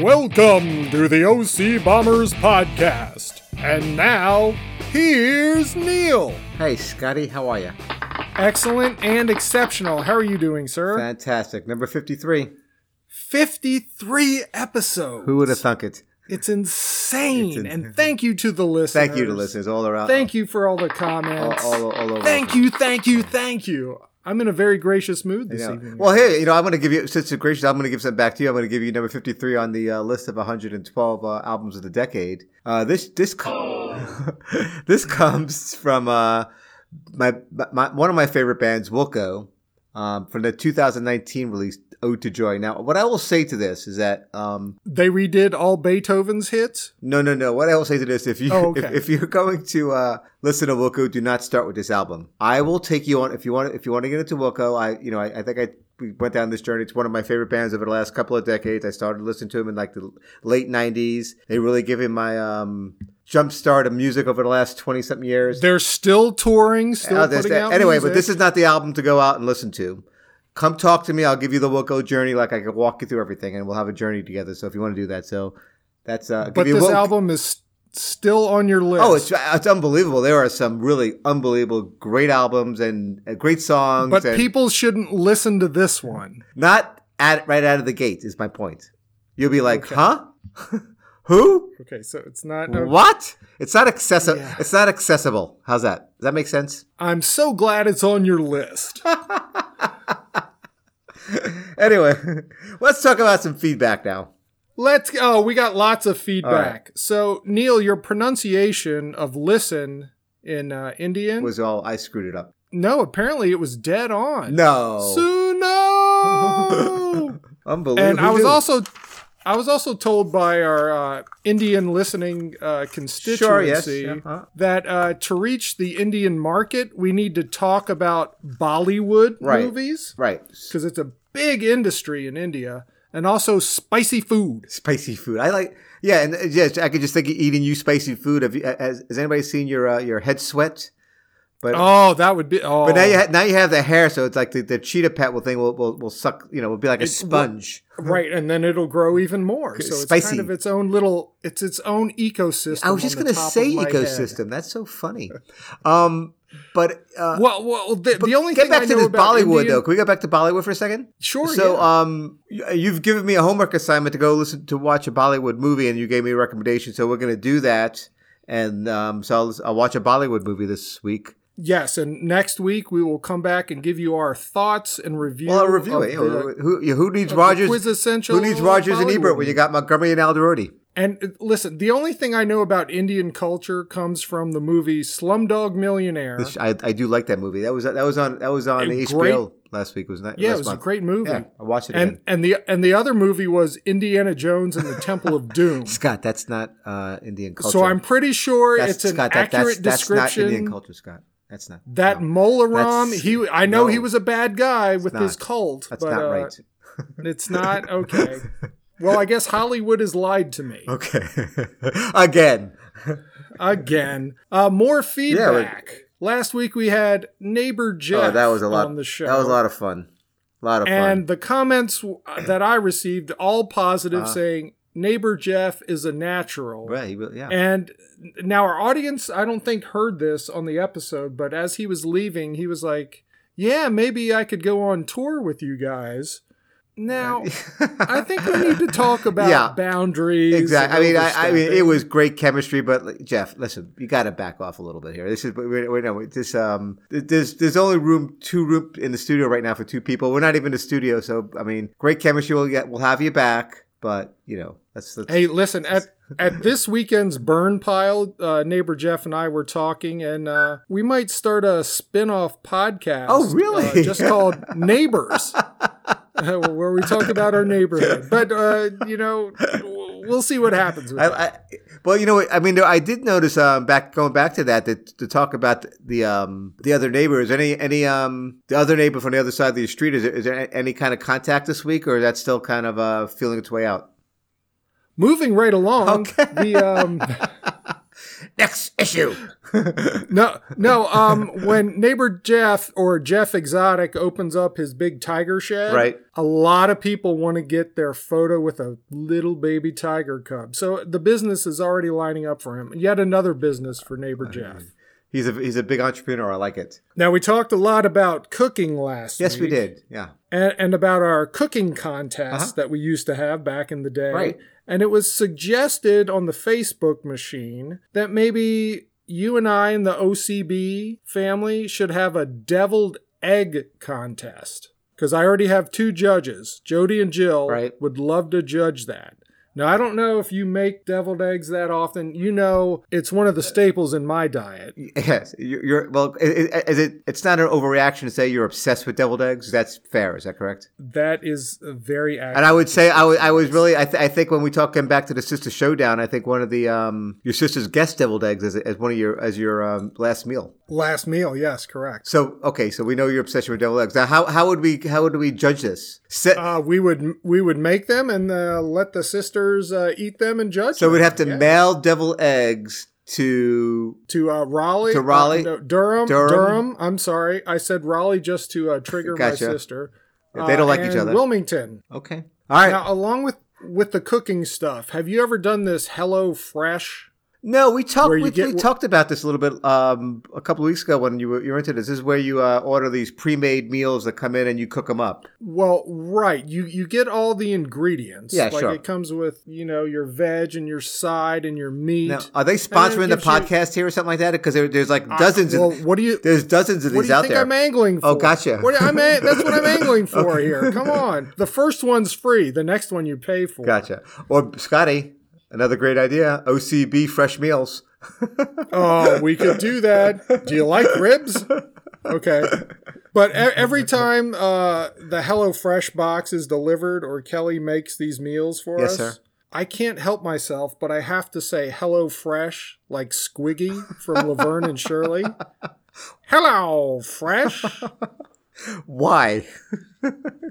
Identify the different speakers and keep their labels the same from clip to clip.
Speaker 1: Welcome to the OC Bombers podcast. And now, here's Neil.
Speaker 2: Hey, Scotty, how are you?
Speaker 1: Excellent and exceptional. How are you doing, sir?
Speaker 2: Fantastic. Number 53.
Speaker 1: 53 episodes.
Speaker 2: Who would have thunk it?
Speaker 1: It's insane.
Speaker 2: It's in-
Speaker 1: and thank you to the listeners.
Speaker 2: Thank you to listeners all around.
Speaker 1: Thank you for all the
Speaker 2: all,
Speaker 1: comments.
Speaker 2: all, all over.
Speaker 1: thank you, thank you, thank you. I'm in a very gracious mood
Speaker 2: You
Speaker 1: this
Speaker 2: know.
Speaker 1: evening.
Speaker 2: Well, hey, you know, I'm going to give you, since you're gracious, I'm going to give some back to you. I'm going to give you number 53 on the uh, list of 112 uh, albums of the decade. Uh, this this com- this comes from uh, my, my one of my favorite bands, Wilco, um, from the 2019 release, Ode to Joy. Now, what I will say to this is that um,
Speaker 1: they redid all Beethoven's hits.
Speaker 2: No, no, no. What I will say to this, if you
Speaker 1: Oh, okay.
Speaker 2: if, if you're going to uh, listen to Wilco, do not start with this album. I will take you on if you want if you want to get into Wilco. I you know I, I think I we went down this journey. It's one of my favorite bands over the last couple of decades. I started listening to him in like the late '90s. They really give him my um, jump start of music over the last twenty something years.
Speaker 1: They're still touring, still
Speaker 2: Uh, there's
Speaker 1: putting
Speaker 2: that-
Speaker 1: out
Speaker 2: anyway,
Speaker 1: music.
Speaker 2: but this is not the album to go out and listen to. Come talk to me. I'll give you the Wilco journey. Like I can walk you through everything, and we'll have a journey together. So if you want to do that, so that's uh.
Speaker 1: but
Speaker 2: give you
Speaker 1: this
Speaker 2: Wilco-
Speaker 1: album is still on your list.
Speaker 2: Oh, it's, it's unbelievable. There are some really unbelievable, great albums and uh, great songs.
Speaker 1: but
Speaker 2: and
Speaker 1: people shouldn't listen to this one.
Speaker 2: not at right out of the gate is my point. You'll be like, huh? Who?
Speaker 1: Okay, so it's not.
Speaker 2: What? It's not accessible.
Speaker 1: Uh, Yeah.
Speaker 2: It's not accessible. How's that? Does that make sense?
Speaker 1: I'm so glad it's on your list.
Speaker 2: Anyway, let's talk about some feedback now.
Speaker 1: Let's. Oh, we got lots of feedback.
Speaker 2: All
Speaker 1: So Neil, your pronunciation of "listen" in uh, Indian?
Speaker 2: It was all I screwed it up.
Speaker 1: no, apparently it was dead on.
Speaker 2: No,
Speaker 1: Suno.
Speaker 2: unbelievable.
Speaker 1: and I was
Speaker 2: Who knew?
Speaker 1: also. I was also told by our uh, Indian listening uh, constituency
Speaker 2: sure. Yes. Uh-huh.
Speaker 1: that uh, to reach the Indian market, we need to talk about Bollywood
Speaker 2: Right.
Speaker 1: movies
Speaker 2: Right.
Speaker 1: because it's a big industry in India, and also spicy food.
Speaker 2: spicy food. I like, yeah, and uh, yes, I could just think of eating you spicy food. Have you, has, has anybody seen your uh, your head sweat? But
Speaker 1: Oh, that would be. Oh,
Speaker 2: but now you ha- now you have the hair, so it's like the, the cheetah pet will thing will, will will suck. You know, will be like a sponge.
Speaker 1: right, and then it'll grow even more. So it's
Speaker 2: Spicy.
Speaker 1: kind of its own little. It's its own ecosystem.
Speaker 2: I was just
Speaker 1: on
Speaker 2: gonna
Speaker 1: the top
Speaker 2: say
Speaker 1: of my head.
Speaker 2: ecosystem. That's so funny. Um, but uh,
Speaker 1: Well, well, the, the only
Speaker 2: get
Speaker 1: thing
Speaker 2: back
Speaker 1: I
Speaker 2: to
Speaker 1: know
Speaker 2: this
Speaker 1: about
Speaker 2: Bollywood
Speaker 1: Indian-
Speaker 2: though. Can we go back to Bollywood for a second?
Speaker 1: Sure.
Speaker 2: So,
Speaker 1: yeah.
Speaker 2: um, y- you've given me a homework assignment to go listen to watch a Bollywood movie, and you gave me a recommendation. So we're going to do that, and um, so I'll, I'll watch a Bollywood movie this week.
Speaker 1: yes, and next week we will come back and give you our thoughts and review.
Speaker 2: Well, I'll review
Speaker 1: of
Speaker 2: it.
Speaker 1: the-
Speaker 2: who, you- who needs
Speaker 1: of the
Speaker 2: Rogers?
Speaker 1: quintessential
Speaker 2: Who needs Rogers and
Speaker 1: Bollywood
Speaker 2: Ebert when
Speaker 1: movie.
Speaker 2: you got Montgomery and Alderodi?
Speaker 1: And uh, listen, the only thing I know about Indian culture comes from the movie Slumdog Millionaire.
Speaker 2: This- I, I do like that movie. That was that was on that was on
Speaker 1: A
Speaker 2: HBO last week. Was not
Speaker 1: yeah,
Speaker 2: last
Speaker 1: it was
Speaker 2: month.
Speaker 1: a great movie.
Speaker 2: Yeah, I watched it
Speaker 1: and
Speaker 2: again.
Speaker 1: and the and the other movie was Indiana Jones and the Temple of Doom.
Speaker 2: Scott, that's not uh, Indian culture.
Speaker 1: so I'm pretty sure
Speaker 2: that's,
Speaker 1: it's an
Speaker 2: Scott, that-
Speaker 1: accurate
Speaker 2: that's, That's not
Speaker 1: description.
Speaker 2: Indian culture, Scott. That's not
Speaker 1: that
Speaker 2: no,
Speaker 1: Molaram,
Speaker 2: That's-
Speaker 1: he I know
Speaker 2: no.
Speaker 1: he was a bad guy with
Speaker 2: not.
Speaker 1: his cult.
Speaker 2: that's
Speaker 1: but,
Speaker 2: not
Speaker 1: uh,
Speaker 2: right.
Speaker 1: It's not okay. well, I guess Hollywood has lied to me
Speaker 2: Okay. Again.
Speaker 1: again. Uh, more
Speaker 2: we-
Speaker 1: feedback. Last week we had neighbor Jeff
Speaker 2: oh, that was a lot.
Speaker 1: on the show.
Speaker 2: That was a lot of fun. A lot of
Speaker 1: And the comments w- uh, that I received, all positive,
Speaker 2: Uh-huh.
Speaker 1: saying neighbor Jeff is a natural.
Speaker 2: fun. Right. you really- Yeah.
Speaker 1: And now our audience, I don't think heard this on the episode, but as he was leaving, he was like, "Yeah, maybe I could go on tour with you guys." Now, I think we need to talk about
Speaker 2: Yeah.
Speaker 1: boundaries.
Speaker 2: Exactly. I
Speaker 1: and
Speaker 2: mean, I, I mean, it
Speaker 1: overstepping.
Speaker 2: was great chemistry, but like, Jeff, listen, you got to back off a little bit here. This is we we know this. Um, th- there's there's only room two room in the studio right now for two people. We're not even in the studio, so I mean, great chemistry. We'll get, we'll have you back, but you know, that's that's
Speaker 1: Hey, listen at at this weekend's burn pile, uh, neighbor Jeff and I were talking, and uh, we might start a spin-off podcast.
Speaker 2: Oh, really?
Speaker 1: uh, just called Neighbors, uh, where we talk about our neighborhood. But uh, you know, w- we'll see what happens. With that.
Speaker 2: I, I, well, you know, what, I mean, I did notice um, back going back to that that to talk about the um, the other neighbors. Any any um, the other neighbor from the other side of the street? Is there, is there any kind of contact this week, or is that still kind of uh, feeling its way out?
Speaker 1: Moving right along, the um,
Speaker 2: Next issue.
Speaker 1: no, no. Um, when neighbor Jeff or Jeff Exotic opens up his big tiger shed,
Speaker 2: Right.
Speaker 1: A lot of people want to get their photo with a little baby tiger cub. So the business is already lining up for him. Yet another business for neighbor Jeff.
Speaker 2: He's a he's a big entrepreneur. I like it.
Speaker 1: Now we talked a lot about cooking last.
Speaker 2: Yes, we
Speaker 1: week.
Speaker 2: did. Yeah.
Speaker 1: and, and about our cooking contest
Speaker 2: Uh-huh.
Speaker 1: that we used to have back in the day.
Speaker 2: Right.
Speaker 1: And it was suggested on the Facebook machine that maybe you and I and the OCB family should have a deviled egg contest. Because I already have two judges. Jody and Jill
Speaker 2: Right.
Speaker 1: would love to judge that. Now, I don't know if you make deviled eggs that often. You know, it's one of the staples in my diet.
Speaker 2: Yes, you're, you're well. Is it, is it? It's not an overreaction to say you're obsessed with deviled eggs. That's fair. Is that correct?
Speaker 1: That is very accurate.
Speaker 2: And I would say I, would, I was really I, th- I think when we talk him back to the sister showdown, I think one of the um, your sister's guest deviled eggs as, as one of your as your um, last meal.
Speaker 1: Last meal, yes, correct.
Speaker 2: So okay, so we know your obsession with deviled eggs. Now how, how would we how would we judge this? Set,
Speaker 1: Uh, we would we would make them and uh, let the sisters uh, eat them and judge.
Speaker 2: so
Speaker 1: them.
Speaker 2: we'd have to
Speaker 1: Yeah.
Speaker 2: mail deviled eggs to
Speaker 1: to uh, Raleigh,
Speaker 2: To Raleigh,
Speaker 1: uh, no, Durham,
Speaker 2: Durham.
Speaker 1: Durham, I'm sorry, I said Raleigh just to uh, trigger
Speaker 2: Gotcha.
Speaker 1: my sister.
Speaker 2: Yeah, they don't
Speaker 1: Uh,
Speaker 2: like each
Speaker 1: and
Speaker 2: other.
Speaker 1: Wilmington.
Speaker 2: okay. All right.
Speaker 1: Now, along with with the cooking stuff, have you ever done this Hello Fresh?
Speaker 2: No, we talked.
Speaker 1: Where
Speaker 2: We,
Speaker 1: you get-
Speaker 2: we talked about this a little bit um, a couple of weeks ago when you were, you were into this. This is where you uh, order these pre-made meals that come in and you cook them up.
Speaker 1: Well, right. You you get all the ingredients.
Speaker 2: Yeah,
Speaker 1: like
Speaker 2: sure.
Speaker 1: It comes with you know your veg and your side and your meat.
Speaker 2: Now, are they
Speaker 1: And then
Speaker 2: sponsoring
Speaker 1: it
Speaker 2: the
Speaker 1: gives you-
Speaker 2: podcast here or something like that? Because there, there's like dozens.
Speaker 1: I, well,
Speaker 2: of,
Speaker 1: what do you?
Speaker 2: there's dozens of
Speaker 1: What do
Speaker 2: these
Speaker 1: you
Speaker 2: out
Speaker 1: think
Speaker 2: there.
Speaker 1: I'm angling for?
Speaker 2: Oh, gotcha.
Speaker 1: What, I'm a- that's what I'm angling for here. Come on. The first one's free. The next one you pay for.
Speaker 2: gotcha. Or Scotty, another great idea. OCB fresh meals.
Speaker 1: Oh, we could do that. Do you like ribs? Okay. But e- every time uh, the HelloFresh box is delivered or Kelly makes these meals for
Speaker 2: Yes,
Speaker 1: us,
Speaker 2: sir.
Speaker 1: I can't help myself, but I have to say Hello Fresh like Squiggy from Laverne and Shirley. Hello Fresh.
Speaker 2: Why?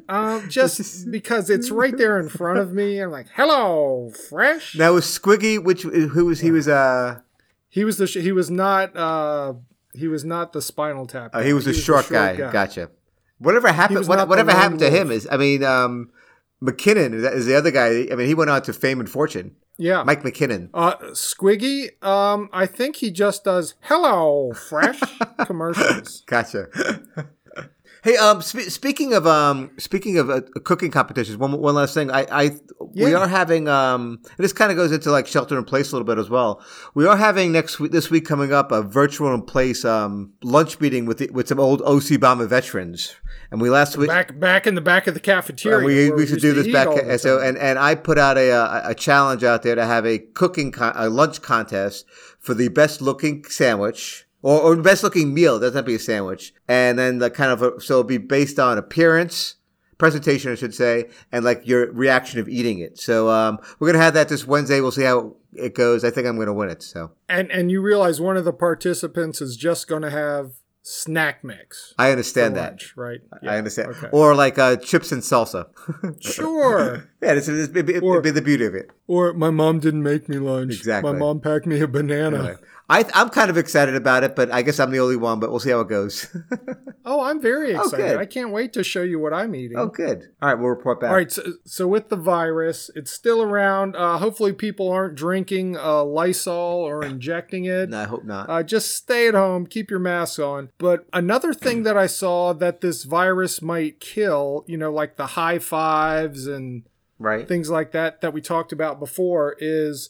Speaker 1: Um, just because it's right there in front of me. I'm like, hello, fresh.
Speaker 2: Now was Squiggy, which who was he was uh,
Speaker 1: He was the sh- he was not uh he was not the Spinal Tap.
Speaker 2: uh
Speaker 1: guy.
Speaker 2: he was a
Speaker 1: the
Speaker 2: short guy. Gotcha. Whatever happened.
Speaker 1: was
Speaker 2: What,
Speaker 1: not the
Speaker 2: whatever
Speaker 1: lone
Speaker 2: happened to
Speaker 1: wolf.
Speaker 2: him is. I mean, um, McKinnon is that- is the other guy. I mean, he went on to fame and fortune.
Speaker 1: Yeah.
Speaker 2: Mike McKinnon.
Speaker 1: uh, Squiggy, um, I think he just does "Hello, Fresh" commercials.
Speaker 2: Gotcha. hey, um, spe- speaking of um, speaking of uh, cooking competitions, one one last thing. I, I we
Speaker 1: Yeah.
Speaker 2: are having um, and this kind of goes into like shelter in place a little bit as well. We are having next week, this week coming up, a virtual in place um lunch meeting with the, with some old OC bomber veterans, and we last week.
Speaker 1: Back back in the back of the cafeteria.
Speaker 2: And Uh, we,
Speaker 1: where
Speaker 2: we should
Speaker 1: used
Speaker 2: do
Speaker 1: to
Speaker 2: this
Speaker 1: eat
Speaker 2: back.
Speaker 1: all the
Speaker 2: and So
Speaker 1: time.
Speaker 2: and, and I put out a, uh, a challenge out there to have a cooking con- a lunch contest for the best looking sandwich or, or best looking meal. That's not be a sandwich, and then the kind of a, so it'll be based on appearance. Presentation, I should say, and like your reaction of eating it. So um, we're gonna have that this Wednesday. We'll see how it goes. I think I'm gonna win it. So
Speaker 1: and and you realize one of the participants is just going to have snack mix.
Speaker 2: I
Speaker 1: for
Speaker 2: understand that.
Speaker 1: lunch, right?
Speaker 2: I understand.
Speaker 1: okay.
Speaker 2: Or like uh, chips and salsa.
Speaker 1: Sure.
Speaker 2: yeah, it's, it's, it'd, be, it'd
Speaker 1: Or-
Speaker 2: be the beauty of it.
Speaker 1: Or my mom didn't make me lunch.
Speaker 2: Exactly.
Speaker 1: My mom packed me a banana.
Speaker 2: Anyway, I, I'm kind of excited about it, but I guess I'm the only one. But we'll see how it goes.
Speaker 1: Oh, I'm very excited.
Speaker 2: good.
Speaker 1: I can't wait to show you what I'm eating.
Speaker 2: oh, good. All right, we'll report back.
Speaker 1: All right, so, so with the virus, it's still around. Uh, hopefully, people aren't drinking uh, Lysol or injecting it.
Speaker 2: No, I hope not.
Speaker 1: Uh, just stay at home, keep your mask on. But another thing that I saw that this virus might kill, you know, like the high fives and
Speaker 2: right.
Speaker 1: things like that that we talked about before, is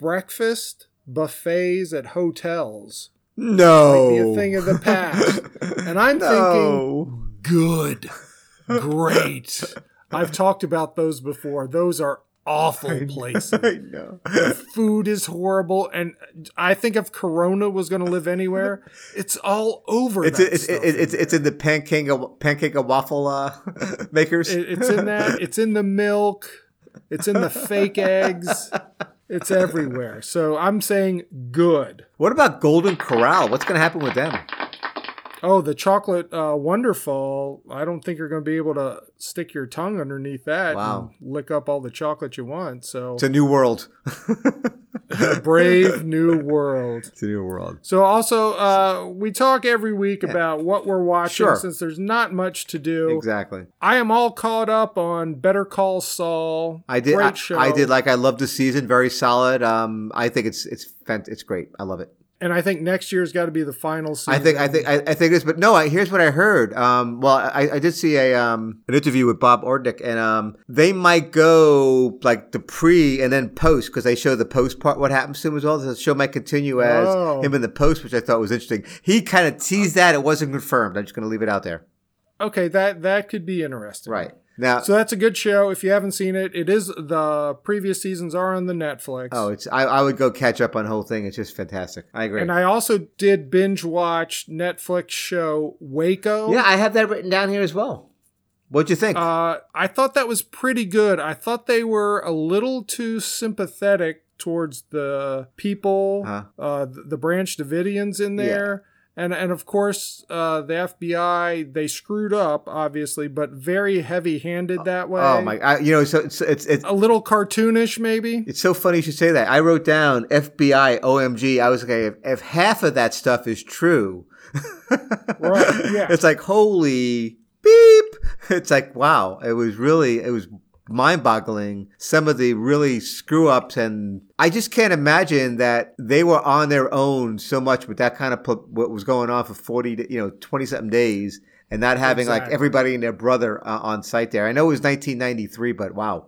Speaker 1: breakfast buffets at hotels. might
Speaker 2: no.
Speaker 1: be a thing of the past. And I'm
Speaker 2: Oh. No.
Speaker 1: good, great. I've talked about those before. Those are awful places.
Speaker 2: I know.
Speaker 1: Food is horrible, and I think if Corona was going to live anywhere, it's all over.
Speaker 2: It's
Speaker 1: that
Speaker 2: it's,
Speaker 1: stuff.
Speaker 2: it's it's it's in the pancake pancake and waffle uh, makers.
Speaker 1: It- it's in that. It's in the milk. It's in the fake eggs. It's everywhere. So I'm saying good.
Speaker 2: what about Golden Corral? What's going to happen with them?
Speaker 1: Oh, the chocolate uh, wonderful. I don't think you're going to be able to stick your tongue underneath that
Speaker 2: Wow.
Speaker 1: and lick up all the chocolate you want. So
Speaker 2: It's a new world.
Speaker 1: The Brave New World.
Speaker 2: It's a new world.
Speaker 1: So also, uh, we talk every week about what we're watching
Speaker 2: Sure.
Speaker 1: since there's not much to do.
Speaker 2: Exactly.
Speaker 1: I am all caught up on Better Call Saul.
Speaker 2: I did. I,
Speaker 1: Great show.
Speaker 2: I did like I loved the season. Very solid. Um, I think it's it's fant- it's great. I love it.
Speaker 1: and I think next year's got to be the final season.
Speaker 2: I think I think I, I think it's. But no, I, here's what I heard. Um, well, I, I did see a um an interview with Bob Ordnick, and um they might go like the pre and then post because they show the post part what happens to him as well. The show might continue as
Speaker 1: Oh.
Speaker 2: him in the post, which I thought was interesting. He kind of teased that it wasn't confirmed. I'm just going to leave it out there.
Speaker 1: okay, that that could be interesting.
Speaker 2: Right now.
Speaker 1: So that's a good show. If you haven't seen it, it is the previous seasons are on the Netflix.
Speaker 2: Oh, it's I, I would go catch up on whole thing. It's just fantastic. I agree.
Speaker 1: and I also did binge watch Netflix show Waco.
Speaker 2: Yeah, I have that written down here as well. What'd you think?
Speaker 1: Uh, I thought that was pretty good. I thought they were a little too sympathetic towards the people,
Speaker 2: Uh-huh.
Speaker 1: uh, th- the Branch Davidians in
Speaker 2: Yeah.
Speaker 1: there. And, and of course, uh, the FBI, they screwed up, obviously, but very heavy handed that way.
Speaker 2: oh my, I, you know, so it's it's it's,
Speaker 1: A little cartoonish, maybe.
Speaker 2: it's so funny you should say that. I wrote down FBI, OMG. I was like, if, if half of that stuff is true,
Speaker 1: Right, yeah.
Speaker 2: it's like holy beep. It's like wow, it was really it was mind-boggling some of the really screw ups and i just can't imagine that they were on their own so much with that kind of pu- what was going on for 40 to- you know 20 something days and not having like
Speaker 1: Exactly.
Speaker 2: everybody and their brother uh, on site there i know it was 1993 but wow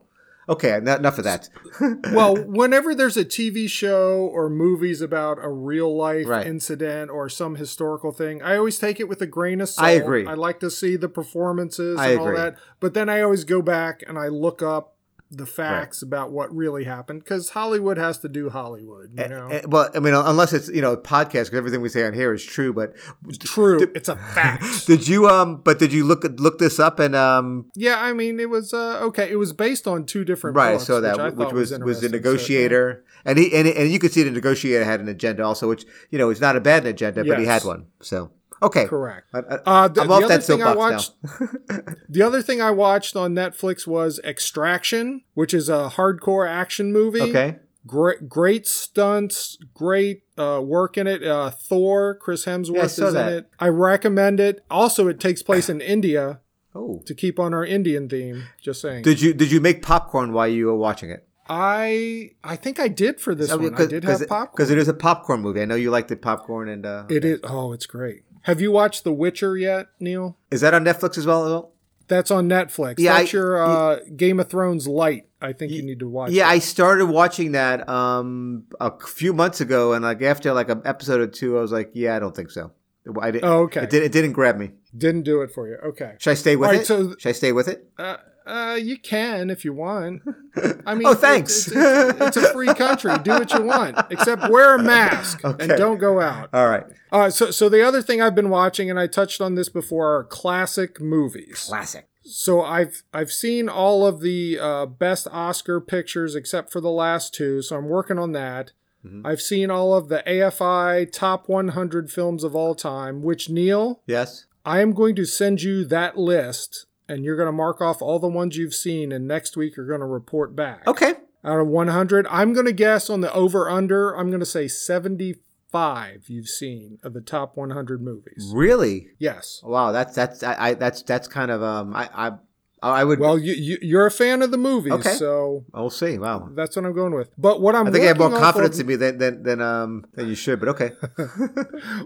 Speaker 2: okay en- enough of that
Speaker 1: well, whenever there's a TV show or movies about a real life
Speaker 2: Right.
Speaker 1: incident or some historical thing, I always take it with a grain of salt.
Speaker 2: I agree.
Speaker 1: I like to see the performances
Speaker 2: I
Speaker 1: and all
Speaker 2: agree.
Speaker 1: that. But then I always go back and I look up the facts about what really happened because Hollywood has to do Hollywood, you know?
Speaker 2: Eh, well i mean unless it's you know a podcast because everything we say on here is true but
Speaker 1: True. it's a fact.
Speaker 2: did you um but did you look look this up and um
Speaker 1: yeah, I mean, it was uh, okay. It was based on two different
Speaker 2: right
Speaker 1: books,
Speaker 2: so that
Speaker 1: I
Speaker 2: which,
Speaker 1: thought
Speaker 2: was was the
Speaker 1: interesting. So,
Speaker 2: negotiator and he and, and you could see the negotiator had an agenda also which you know is not a bad agenda but he
Speaker 1: Yes.
Speaker 2: had one so okay
Speaker 1: correct.
Speaker 2: I, I,
Speaker 1: Uh, the,
Speaker 2: i'm
Speaker 1: the
Speaker 2: off
Speaker 1: other
Speaker 2: that
Speaker 1: thing I
Speaker 2: soapbox
Speaker 1: watched
Speaker 2: now
Speaker 1: The other thing I watched on Netflix was Extraction, which is a hardcore action movie.
Speaker 2: okay
Speaker 1: Great, great stunts, great uh, work in it. Uh, Thor, Chris Hemsworth
Speaker 2: I
Speaker 1: is
Speaker 2: saw
Speaker 1: in
Speaker 2: that.
Speaker 1: it. I recommend it. Also, it takes place in India
Speaker 2: oh
Speaker 1: to keep on our Indian theme. Just saying.
Speaker 2: did you did you make popcorn while you were watching it Oh,
Speaker 1: I I think I did for this one. I did have popcorn.
Speaker 2: because it is a popcorn movie i know you liked the popcorn and uh
Speaker 1: It is. Oh, it's great. Have you watched The Witcher yet, Neil?
Speaker 2: is that on netflix as well
Speaker 1: That's on Netflix.
Speaker 2: Yeah,
Speaker 1: That's
Speaker 2: I-
Speaker 1: your uh, Game of Thrones light. I think you need to watch.
Speaker 2: Yeah,
Speaker 1: that.
Speaker 2: I started watching that um a few months ago, and like after like an episode or two, I was like, yeah, I don't think so. I didn't.
Speaker 1: Oh, okay.
Speaker 2: It, did, it didn't grab me.
Speaker 1: Didn't do it for you. Okay.
Speaker 2: Should I stay with
Speaker 1: All right,
Speaker 2: it?
Speaker 1: so-
Speaker 2: Should I stay with it?
Speaker 1: Uh, uh, you can if you want. I mean,
Speaker 2: Oh,
Speaker 1: it-
Speaker 2: thanks.
Speaker 1: It's, it's- it's a free country. Do what you want, except wear a mask
Speaker 2: Okay.
Speaker 1: and don't go out.
Speaker 2: All right.
Speaker 1: Uh, so, so the other thing I've been watching, and I touched on this before, are classic movies.
Speaker 2: Classic.
Speaker 1: So I've I've seen all of the uh, best Oscar pictures except for the last two. So I'm working on that.
Speaker 2: Mm-hmm.
Speaker 1: I've seen all of the AFI top 100 films of all time, which Neil,
Speaker 2: Yes.
Speaker 1: I am going to send you that list and you're going to mark off all the ones you've seen and next week you're going to report back.
Speaker 2: Okay.
Speaker 1: Out of 100, I'm going to guess on the over under, I'm going to say 75 you've seen of the top 100 movies.
Speaker 2: Really?
Speaker 1: Yes.
Speaker 2: Wow. That's that's I, I that's that's kind of um I I I would.
Speaker 1: Well, you, you you're a fan of the movies,
Speaker 2: Okay.
Speaker 1: so
Speaker 2: we'll see. Wow.
Speaker 1: that's what I'm going with. But what I'm
Speaker 2: I think you have more
Speaker 1: working off
Speaker 2: confidence
Speaker 1: of,
Speaker 2: in me than than than um than you should. But okay.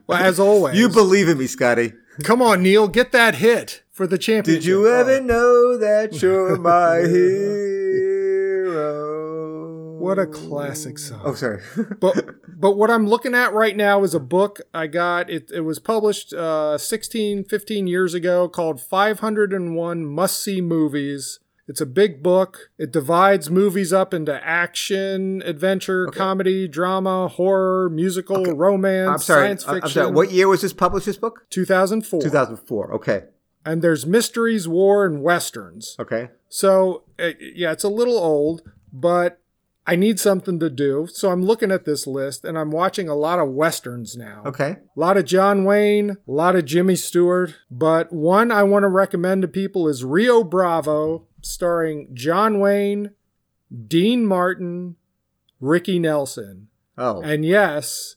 Speaker 1: well, as always.
Speaker 2: you believe in me, Scotty.
Speaker 1: Come on, Neil, get that hit for the championship.
Speaker 2: Did you ever
Speaker 1: Oh,
Speaker 2: know that you're my hero?
Speaker 1: Oh, What a classic song.
Speaker 2: Oh, sorry.
Speaker 1: but but what I'm looking at right now is a book I got. It, it was published uh, 16, 15 years ago called 501 Must See Movies. It's a big book. It divides movies up into action, adventure, comedy, drama, horror, musical, romance,
Speaker 2: I'm sorry.
Speaker 1: science
Speaker 2: I'm-
Speaker 1: fiction.
Speaker 2: I'm sorry. What year was this published? This book?
Speaker 1: 2004.
Speaker 2: 2004. Okay.
Speaker 1: And there's mysteries, war, and westerns.
Speaker 2: Okay.
Speaker 1: So uh, yeah, it's a little old, but I need something to do. So I'm looking at this list and I'm watching a lot of westerns now.
Speaker 2: Okay.
Speaker 1: A lot of John Wayne, a lot of Jimmy Stewart, but one I want to recommend to people is Rio Bravo, starring John Wayne, Dean Martin, Ricky Nelson.
Speaker 2: Oh,
Speaker 1: And yes,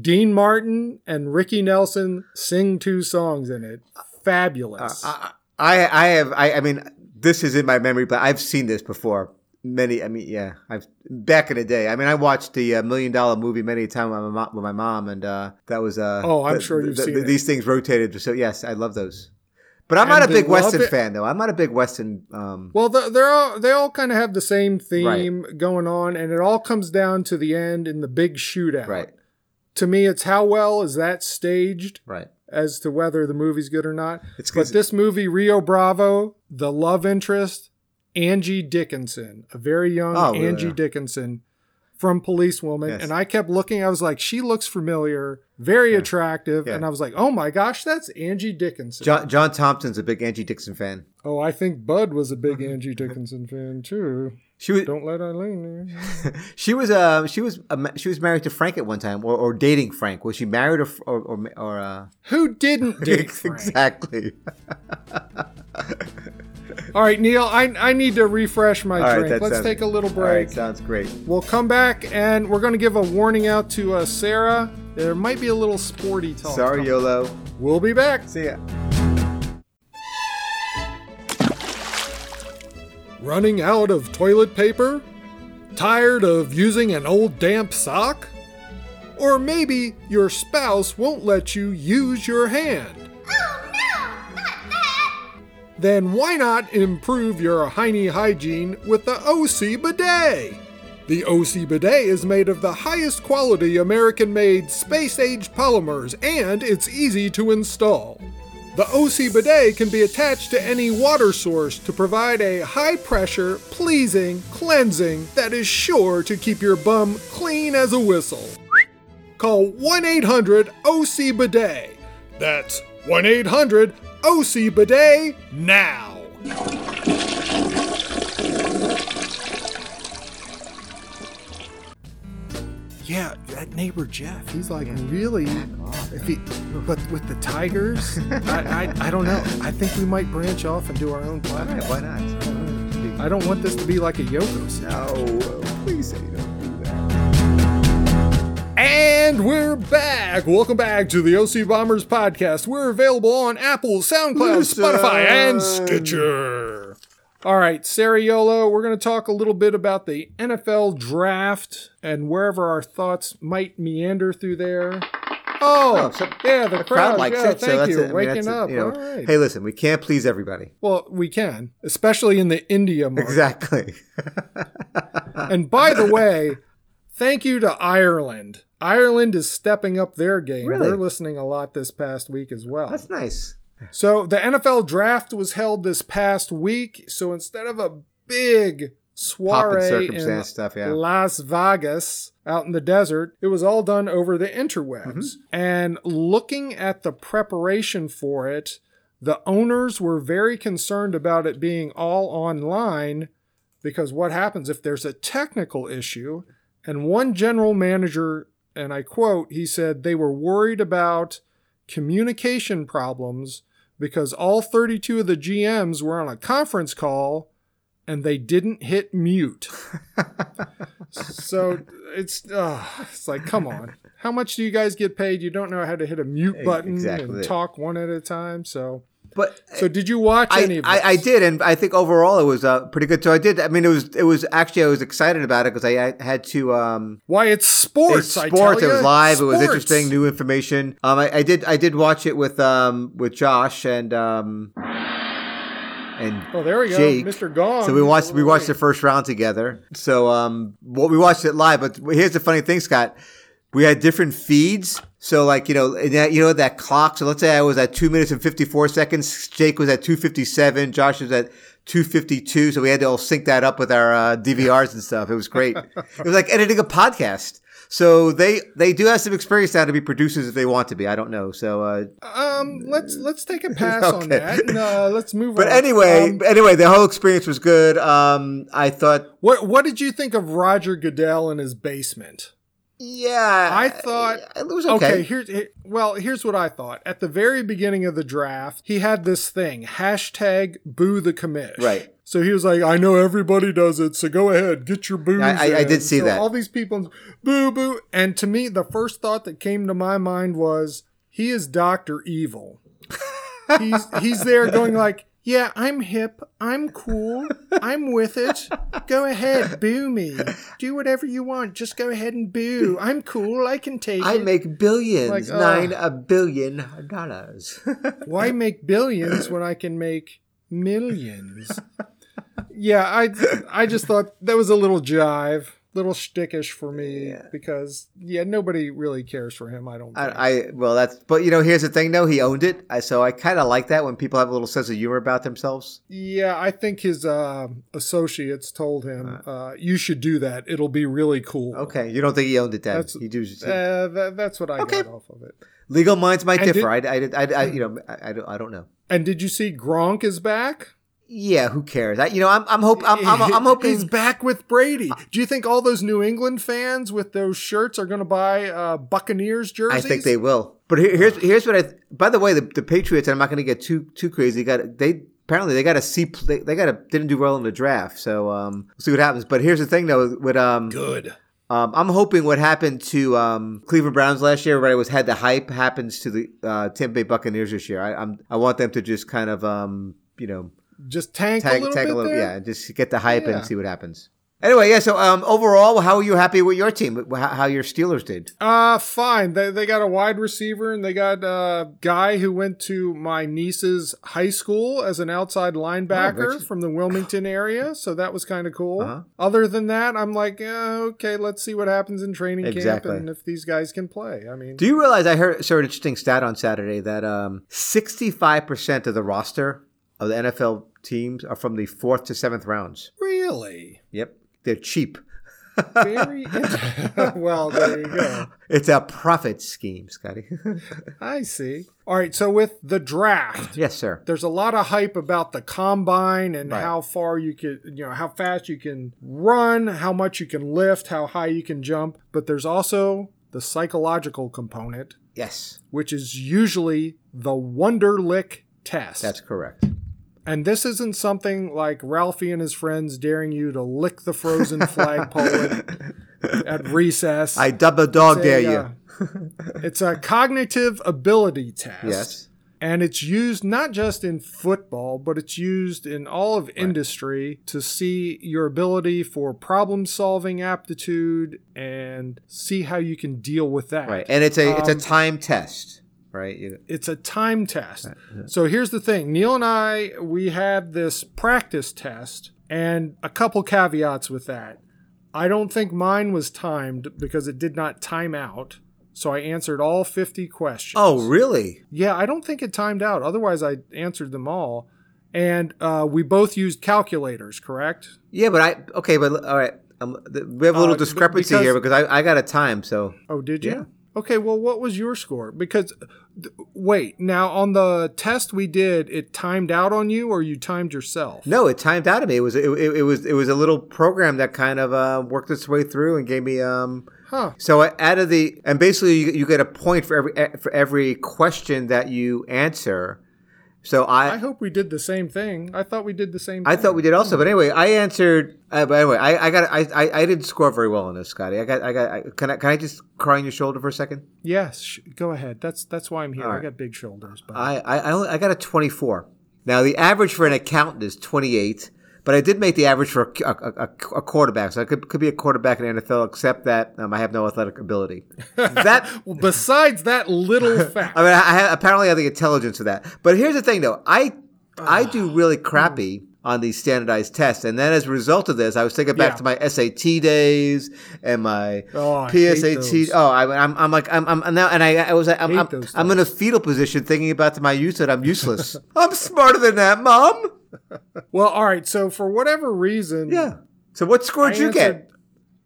Speaker 1: Dean Martin and Ricky Nelson sing two songs in it.
Speaker 2: Uh,
Speaker 1: Fabulous.
Speaker 2: I, I I have I, I mean this is in my memory, but I've seen this before. Many, I mean, yeah, I've back in the day. I mean, I watched the uh, Million Dollar Movie many a time with my mom, with my mom and uh, that was. Uh,
Speaker 1: Oh, I'm
Speaker 2: th-
Speaker 1: sure you've
Speaker 2: th-
Speaker 1: seen
Speaker 2: th-
Speaker 1: it.
Speaker 2: These things rotated, so yes, I love those. But I'm
Speaker 1: And
Speaker 2: not a
Speaker 1: they
Speaker 2: big
Speaker 1: love
Speaker 2: Western
Speaker 1: it.
Speaker 2: fan, though. I'm not a big Western. Um,
Speaker 1: well, the- they're all they all kind of have the same theme going on, and it all comes down to the end in the big shootout.
Speaker 2: right,
Speaker 1: To me, it's how well is that staged
Speaker 2: right.
Speaker 1: as to whether the movie's good or not.
Speaker 2: It's
Speaker 1: But
Speaker 2: because
Speaker 1: this movie, Rio Bravo, the love interest, Angie Dickinson, a very young
Speaker 2: Oh, yeah.
Speaker 1: Angie Dickinson from Police Woman.
Speaker 2: Yes.
Speaker 1: And I kept looking, I was like, she looks familiar, very attractive.
Speaker 2: Yeah.
Speaker 1: And I was like, oh my gosh, that's Angie Dickinson.
Speaker 2: John, John Thompson's a big Angie Dixon fan.
Speaker 1: oh, I think Bud was a
Speaker 2: Mm-hmm.
Speaker 1: big Angie Dickinson fan too.
Speaker 2: She was
Speaker 1: Don't let Eileen. in.
Speaker 2: she was uh, she was uh, she was married to Frank at one time, or, or dating Frank. Was she married or or or, or uh,
Speaker 1: Who didn't date Frank?
Speaker 2: exactly?
Speaker 1: All right, Neil, I, I need to refresh my
Speaker 2: All right,
Speaker 1: drink.
Speaker 2: that
Speaker 1: Let's
Speaker 2: sounds-
Speaker 1: take a little
Speaker 2: All right,
Speaker 1: break.
Speaker 2: sounds great.
Speaker 1: We'll come back and we're going to give a warning out to uh, Sarah. There might be a little sporty talk.
Speaker 2: Sorry,
Speaker 1: coming.
Speaker 2: YOLO.
Speaker 1: We'll be back.
Speaker 2: See ya.
Speaker 1: Running out of toilet paper? Tired of using an old damp sock? Or maybe your spouse won't let you use your hand. Then why not improve your hiney hygiene with the OC bidet? The OC bidet is made of the highest quality American made space age polymers and it's easy to install. The OC bidet can be attached to any water source to provide a high pressure, pleasing cleansing that is sure to keep your bum clean as a whistle. Call 1 800 OC bidet. That's 1 800 OC bidet now. Yeah, that neighbor Jeff, he's like really. If he, but with the tigers, I, I, I don't know. I think we might branch off and do our own
Speaker 2: All
Speaker 1: podcast.
Speaker 2: right, why not?
Speaker 1: I don't want this to be like a Yoko situation.
Speaker 2: No, Oh, please say you don't do that.
Speaker 1: And we're back. Welcome back to the OC Bombers podcast. We're available on Apple, SoundCloud,
Speaker 2: Listen.
Speaker 1: Spotify, and Stitcher. All right, Sariolo, we're going to talk a little bit about the NFL draft and wherever our thoughts might meander through there. Oh,
Speaker 2: Oh, so-
Speaker 1: yeah, the,
Speaker 2: The
Speaker 1: crowd,
Speaker 2: crowd likes
Speaker 1: yeah, Thank
Speaker 2: it, so that's
Speaker 1: you.
Speaker 2: it. I mean,
Speaker 1: Waking
Speaker 2: that's it,
Speaker 1: up.
Speaker 2: you know,
Speaker 1: All right.
Speaker 2: Hey, listen, we can't please everybody.
Speaker 1: Well, we can, especially in the India market.
Speaker 2: Exactly.
Speaker 1: And by the way, thank you to Ireland. Ireland is stepping up their game.
Speaker 2: Really?
Speaker 1: They're listening a lot this past week as well.
Speaker 2: That's nice.
Speaker 1: so the NFL draft was held this past week. So instead of a big
Speaker 2: Pop and
Speaker 1: soiree in
Speaker 2: circumstance stuff, yeah.
Speaker 1: Las Vegas out in the desert, it was all done over the interwebs.
Speaker 2: Mm-hmm.
Speaker 1: And looking at the preparation for it, the owners were very concerned about it being all online because what happens if there's a technical issue? And one general manager, and I quote, he said they were worried about communication problems because all 32 of the GMs were on a conference call and they didn't hit mute. so it's uh, it's like come on. How much do you guys get paid? You don't know how to hit a mute
Speaker 2: E-
Speaker 1: button
Speaker 2: exactly.
Speaker 1: and talk one at a time. So
Speaker 2: But
Speaker 1: so did you watch any
Speaker 2: I,
Speaker 1: of
Speaker 2: I,
Speaker 1: this?
Speaker 2: I did, and I think overall it was uh, pretty good. So I did. I mean, it was it was actually I was excited about it because I I had to um,
Speaker 1: Why it's sports.
Speaker 2: It's
Speaker 1: I
Speaker 2: sports.
Speaker 1: tell
Speaker 2: It was
Speaker 1: ya.
Speaker 2: live. It was
Speaker 1: Sports.
Speaker 2: interesting. New information. Um, I, I did. I did watch it with um with Josh and um and
Speaker 1: Oh, there we go,
Speaker 2: Jake.
Speaker 1: Mr. Gong.
Speaker 2: so we watched we watched the first round together. So um, well, we watched it live. But here's the funny thing, Scott. We had different feeds. So like you know, and that, you know that clock. So let's say I was at two minutes and fifty four seconds. Jake was at two fifty seven. Josh was at two fifty two. So we had to all sync that up with our uh, DVRs and stuff. It was great. it was like editing a podcast. So they they do have some experience now to be producers if they want to be. I don't know. So uh,
Speaker 1: Um, let's let's take a pass on
Speaker 2: Okay.
Speaker 1: that. And, uh, let's move
Speaker 2: but
Speaker 1: on.
Speaker 2: anyway,
Speaker 1: Um,
Speaker 2: anyway, the whole experience was good. Um, I thought
Speaker 1: what what did you think of Roger Goodell in his basement?
Speaker 2: Yeah,
Speaker 1: I thought-
Speaker 2: it was
Speaker 1: Okay,
Speaker 2: okay.
Speaker 1: here's here, well, here's what I thought. At the very beginning of the draft, he had this thing hashtag boo the commish.
Speaker 2: Right.
Speaker 1: So he was like, I know everybody does it, so go ahead, get your boo.
Speaker 2: I- I- I did see that.
Speaker 1: All these people, boo boo. And to me, the first thought that came to my mind was, he is Doctor Evil. he's he's there going like, yeah, I'm hip, I'm cool, I'm with it. Go ahead, boo me. Do whatever you want. Just go ahead and boo. I'm cool. I can take
Speaker 2: I
Speaker 1: it.
Speaker 2: make billions,
Speaker 1: Like, uh,
Speaker 2: nine a billion dollars.
Speaker 1: Why make billions when I can make millions? yeah, I I just thought that was a little jive, little shtickish for me
Speaker 2: Yeah.
Speaker 1: because yeah, nobody really cares for him. I don't. Think.
Speaker 2: I, I well, that's but you know, here's the thing. though. he owned it, I, so I kind of like that when people have a little sense of humor about themselves.
Speaker 1: yeah, I think his uh, associates told him, uh, "You should do that. It'll be really cool."
Speaker 2: Okay, you don't think he owned it then?
Speaker 1: That's-
Speaker 2: He do.
Speaker 1: Uh, tha- that's what I
Speaker 2: Okay.
Speaker 1: got off of it.
Speaker 2: legal minds might
Speaker 1: I
Speaker 2: differ. I, I, I, I, you know, I, I don't, I don't know.
Speaker 1: And did you see Gronk is back?
Speaker 2: Yeah, who cares? I, you know, I'm, I'm hope, I'm, I'm, I'm hoping. Uh.
Speaker 1: he's back with Brady. Do you think all those New England fans with those shirts are going to buy uh, Buccaneers
Speaker 2: I
Speaker 1: jerseys?
Speaker 2: think they will. But here, here's here's what I. By the way, the, the Patriots. And I'm not going to get too too crazy. Got they apparently they got a C. pl- They, they got a didn't do well in the draft. So um, we'll see what happens. But here's the thing though. With um,
Speaker 1: good.
Speaker 2: um I'm hoping what happened to um Cleveland Browns last year. Everybody was had the hype. Happens to the uh, Tampa Bay Buccaneers this year. I, I'm I want them to just kind of um you know
Speaker 1: Just tank a
Speaker 2: tag
Speaker 1: little
Speaker 2: tag
Speaker 1: bit
Speaker 2: a little
Speaker 1: there.
Speaker 2: yeah just get the hype
Speaker 1: Yeah.
Speaker 2: and see what happens. Anyway, yeah. So um overall, how are you happy with your team? How, how your Steelers did?
Speaker 1: Uh, fine. They, they got a wide receiver and they got a guy who went to my niece's high school as an outside linebacker
Speaker 2: Richard.
Speaker 1: from the Wilmington area. So that was kind of cool.
Speaker 2: Uh-huh.
Speaker 1: Other than that, I'm like, eh, okay, let's see what happens in training
Speaker 2: Exactly.
Speaker 1: camp and if these guys can play. I mean,
Speaker 2: Do you realize I heard saw an interesting stat on Saturday that um, 65% of the roster of the NFL teams are from the fourth to seventh rounds.
Speaker 1: really?
Speaker 2: Yep. They're cheap.
Speaker 1: Very int- well, there you go.
Speaker 2: It's a profit scheme, Scotty.
Speaker 1: I see. All right. So with the draft,
Speaker 2: yes, sir.
Speaker 1: there's a lot of hype about the combine and
Speaker 2: Right.
Speaker 1: how far you can, you know, how fast you can run, how much you can lift, how high you can jump. But there's also the psychological component,
Speaker 2: Yes,
Speaker 1: which is usually the Wonderlick test.
Speaker 2: that's correct.
Speaker 1: and this isn't something like Ralphie and his friends daring you to lick the frozen flagpole at, at recess.
Speaker 2: I double dog dare
Speaker 1: It's a,
Speaker 2: you.
Speaker 1: uh, it's a cognitive ability test.
Speaker 2: Yes.
Speaker 1: And it's used not just in football, but it's used in all of industry to see your ability for problem solving aptitude and see how you can deal with that.
Speaker 2: Right. And it's a it's a time test, right? You-
Speaker 1: It's a time test. So here's the thing Neil and I, we had this practice test and a couple caveats with that. I don't think mine was timed because it did not time out. So I answered all 50 questions.
Speaker 2: Oh, really?
Speaker 1: Yeah, I don't think it timed out. Otherwise, I answered them all. And uh, we both used calculators, correct?
Speaker 2: Yeah, but I okay, but all right. Um, th- we have a little
Speaker 1: Uh, b-
Speaker 2: discrepancy
Speaker 1: because-
Speaker 2: here because I, I got a time, so
Speaker 1: Oh, did you?
Speaker 2: Yeah.
Speaker 1: Okay, well, what was your score? Because, th- wait, now on the test we did, it timed out on you or you timed yourself?
Speaker 2: No, it timed out of me. It was it, it, it was it was a little program that kind of uh, worked its way through and gave me um.
Speaker 1: Huh.
Speaker 2: So I- out of the and basically you, you get a point for every eh, for every question that you answer. So
Speaker 1: I
Speaker 2: I
Speaker 1: hope we did the same thing. I thought we did the same
Speaker 2: I
Speaker 1: thing.
Speaker 2: thought we did also, but anyway I answered. Uh, but anyway, I, I got I, I I didn't score very well on this, Scotty. I got I got I, can I can I just cry on your shoulder for a second?
Speaker 1: Yes, sh- go ahead. That's that's why I'm here.
Speaker 2: All
Speaker 1: I
Speaker 2: right.
Speaker 1: got big shoulders. But
Speaker 2: I I I, only, I got a twenty four. Now the average for an accountant is twenty eight, but I did make the average for a, a- a- a quarterback, so I could could be a quarterback in the NFL, except that um, I have no athletic ability. That
Speaker 1: Well, besides that little fact,
Speaker 2: I mean, I, I have, apparently I have the intelligence for that. But here's the thing, though I I
Speaker 1: Ah.
Speaker 2: do
Speaker 1: Hmm.
Speaker 2: really crappy on these standardized tests, and then as a result of this, I was thinking back
Speaker 1: Yeah.
Speaker 2: to my SAT days and my
Speaker 1: Oh, I hate
Speaker 2: PSAT.
Speaker 1: those.
Speaker 2: Oh, I, I'm I'm like I'm, I'm now, and I, I was I'm
Speaker 1: Hate
Speaker 2: I'm,
Speaker 1: those
Speaker 2: I'm in a fetal position thinking about my youth that I'm useless. I'm smarter than that, mom.
Speaker 1: well, all right. So for whatever reason,
Speaker 2: Yeah. So what score
Speaker 1: I
Speaker 2: did you
Speaker 1: answered-
Speaker 2: get?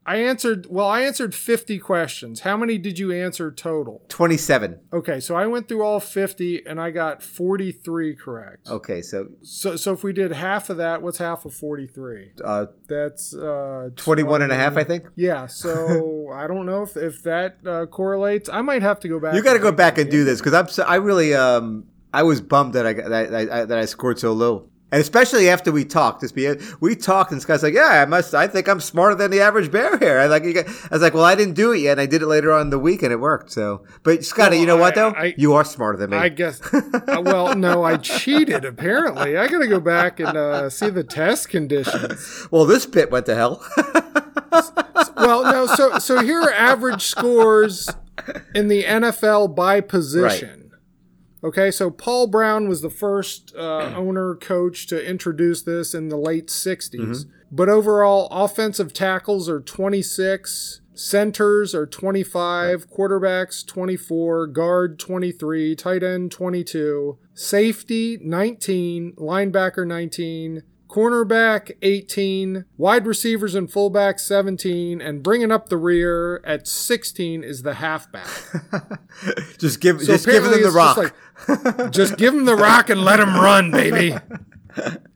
Speaker 1: I answered, well, I answered 50 questions. How many did you answer total?
Speaker 2: 27.
Speaker 1: Okay, so I went through all 50 and I got 43 correct.
Speaker 2: Okay, so
Speaker 1: So, so if we did half of that, what's half of 43?
Speaker 2: uh,
Speaker 1: That's uh,
Speaker 2: 21 and a half, I think.
Speaker 1: Yeah, so I don't know if, if that uh, correlates. I might have to go back.
Speaker 2: You got to
Speaker 1: and
Speaker 2: go
Speaker 1: look
Speaker 2: back
Speaker 1: at
Speaker 2: and
Speaker 1: it.
Speaker 2: do this because I'm so, I really um I was bummed that I got- that I, I- that I scored so low, and especially after we talked. This be we talked and Scott's like, yeah, I must. I think I'm smarter than the average bear here. I like you got, I was like, well, I didn't do it yet. and I did it later on in the week, and it worked. So, but Scotty,
Speaker 1: Well,
Speaker 2: you know what
Speaker 1: I-
Speaker 2: though?
Speaker 1: I-
Speaker 2: you are smarter than me.
Speaker 1: I guess. uh, well, no, I cheated. Apparently, I gotta go back and uh, see the test conditions.
Speaker 2: well, this bit went to hell.
Speaker 1: Well, no, so so here are average scores in the NFL by position. Okay, so Paul Brown was the first uh, owner coach to introduce this in the late '60s. But overall, offensive tackles are 26, centers are 25, quarterbacks 24, guard 23, tight end 22, safety 19, linebacker 19, cornerback 18, wide receivers and fullback 17, and bringing up the rear at 16 is give halfback.
Speaker 2: just give just give them
Speaker 1: apparently
Speaker 2: the
Speaker 1: it's just
Speaker 2: rock.
Speaker 1: like, just give him the rock and let him run, baby.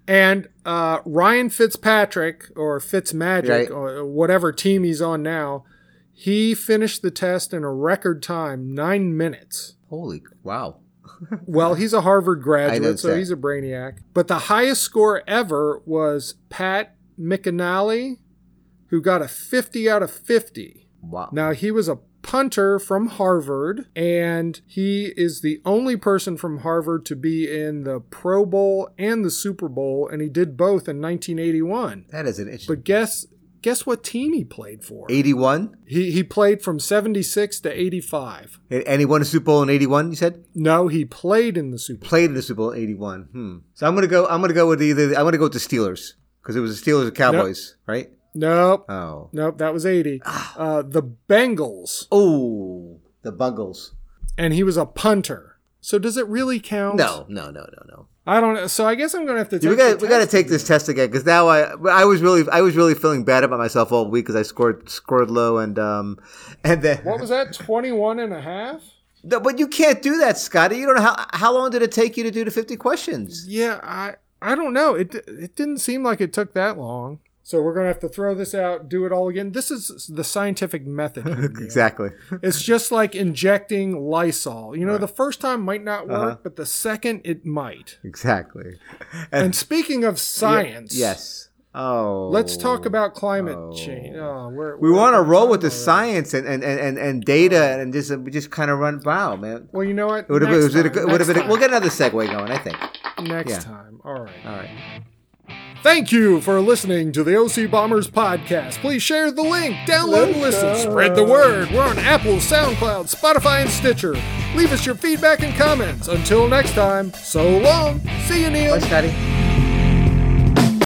Speaker 1: And uh, Ryan Fitzpatrick or Fitzmagic
Speaker 2: Right.
Speaker 1: or whatever team he's on now, he finished the test in a record time, nine minutes.
Speaker 2: Holy wow!
Speaker 1: Well, he's a Harvard graduate,
Speaker 2: noticed
Speaker 1: so
Speaker 2: that.
Speaker 1: he's a brainiac. But the highest score ever was Pat McAnally, who got a 50 out of 50.
Speaker 2: Wow.
Speaker 1: Now, he was a punter from Harvard, and he is the only person from Harvard to be in the Pro Bowl and the Super Bowl, and he did both in 1981.
Speaker 2: that is an interesting.
Speaker 1: But guess guess what team he played for?
Speaker 2: Eighty-one,
Speaker 1: He, he played from 76 to 85.
Speaker 2: and and he won a Super Bowl in eighty-one. You said.
Speaker 1: No, he played in the Super Bowl.
Speaker 2: played in the Super Bowl in '81. Hmm. So I'm gonna go. I'm gonna go with either. I'm gonna go with the Steelers because it was the Steelers and Cowboys, right?
Speaker 1: Nope.
Speaker 2: Oh.
Speaker 1: Nope, that was 80.
Speaker 2: Ah.
Speaker 1: Uh, the Bengals,
Speaker 2: Oh, the Bungles.
Speaker 1: and he was a punter. So does it really count?
Speaker 2: No, no, no, no, no.
Speaker 1: I don't know. So I guess I'm going to have to take
Speaker 2: Dude, we got
Speaker 1: the
Speaker 2: we got to
Speaker 1: test
Speaker 2: take this test again because now I I was really I was really feeling bad about myself all week because I scored scored low and um and then
Speaker 1: What was that? 21 and a half?
Speaker 2: No, but you can't do that, Scotty. You don't know how how long did it take you to do the 50 questions?
Speaker 1: Yeah, I I don't know. It it didn't seem like it took that long. So we're going to have to throw this out, do it all again. This is the scientific method. here, Neil.
Speaker 2: Exactly.
Speaker 1: It's just like injecting Lysol. You know, the first time might not
Speaker 2: Uh-huh.
Speaker 1: work, but the second it might.
Speaker 2: Exactly.
Speaker 1: And speaking of science,
Speaker 2: Yes. Oh.
Speaker 1: Let's talk about climate
Speaker 2: Oh.
Speaker 1: change. Oh, we're,
Speaker 2: We
Speaker 1: we're
Speaker 2: want to
Speaker 1: out of
Speaker 2: roll
Speaker 1: time
Speaker 2: with the
Speaker 1: already.
Speaker 2: science and, and, and, and, and data and just we just kind of run wow, man.
Speaker 1: Well, you know what?
Speaker 2: It would have been,
Speaker 1: Next
Speaker 2: it would've
Speaker 1: time.
Speaker 2: been- would've
Speaker 1: Next
Speaker 2: been- we'll
Speaker 1: time.
Speaker 2: get another segue going, I think.
Speaker 1: Next
Speaker 2: yeah.
Speaker 1: time. All right.
Speaker 2: All right.
Speaker 1: Thank you for listening to the OC Bombers podcast. Please share the link, download and listen, spread the word. We're on Apple, SoundCloud, Spotify, and Stitcher. Leave us your feedback and comments. Until next time, so long. See you, Neil.
Speaker 2: Bye, Scotty.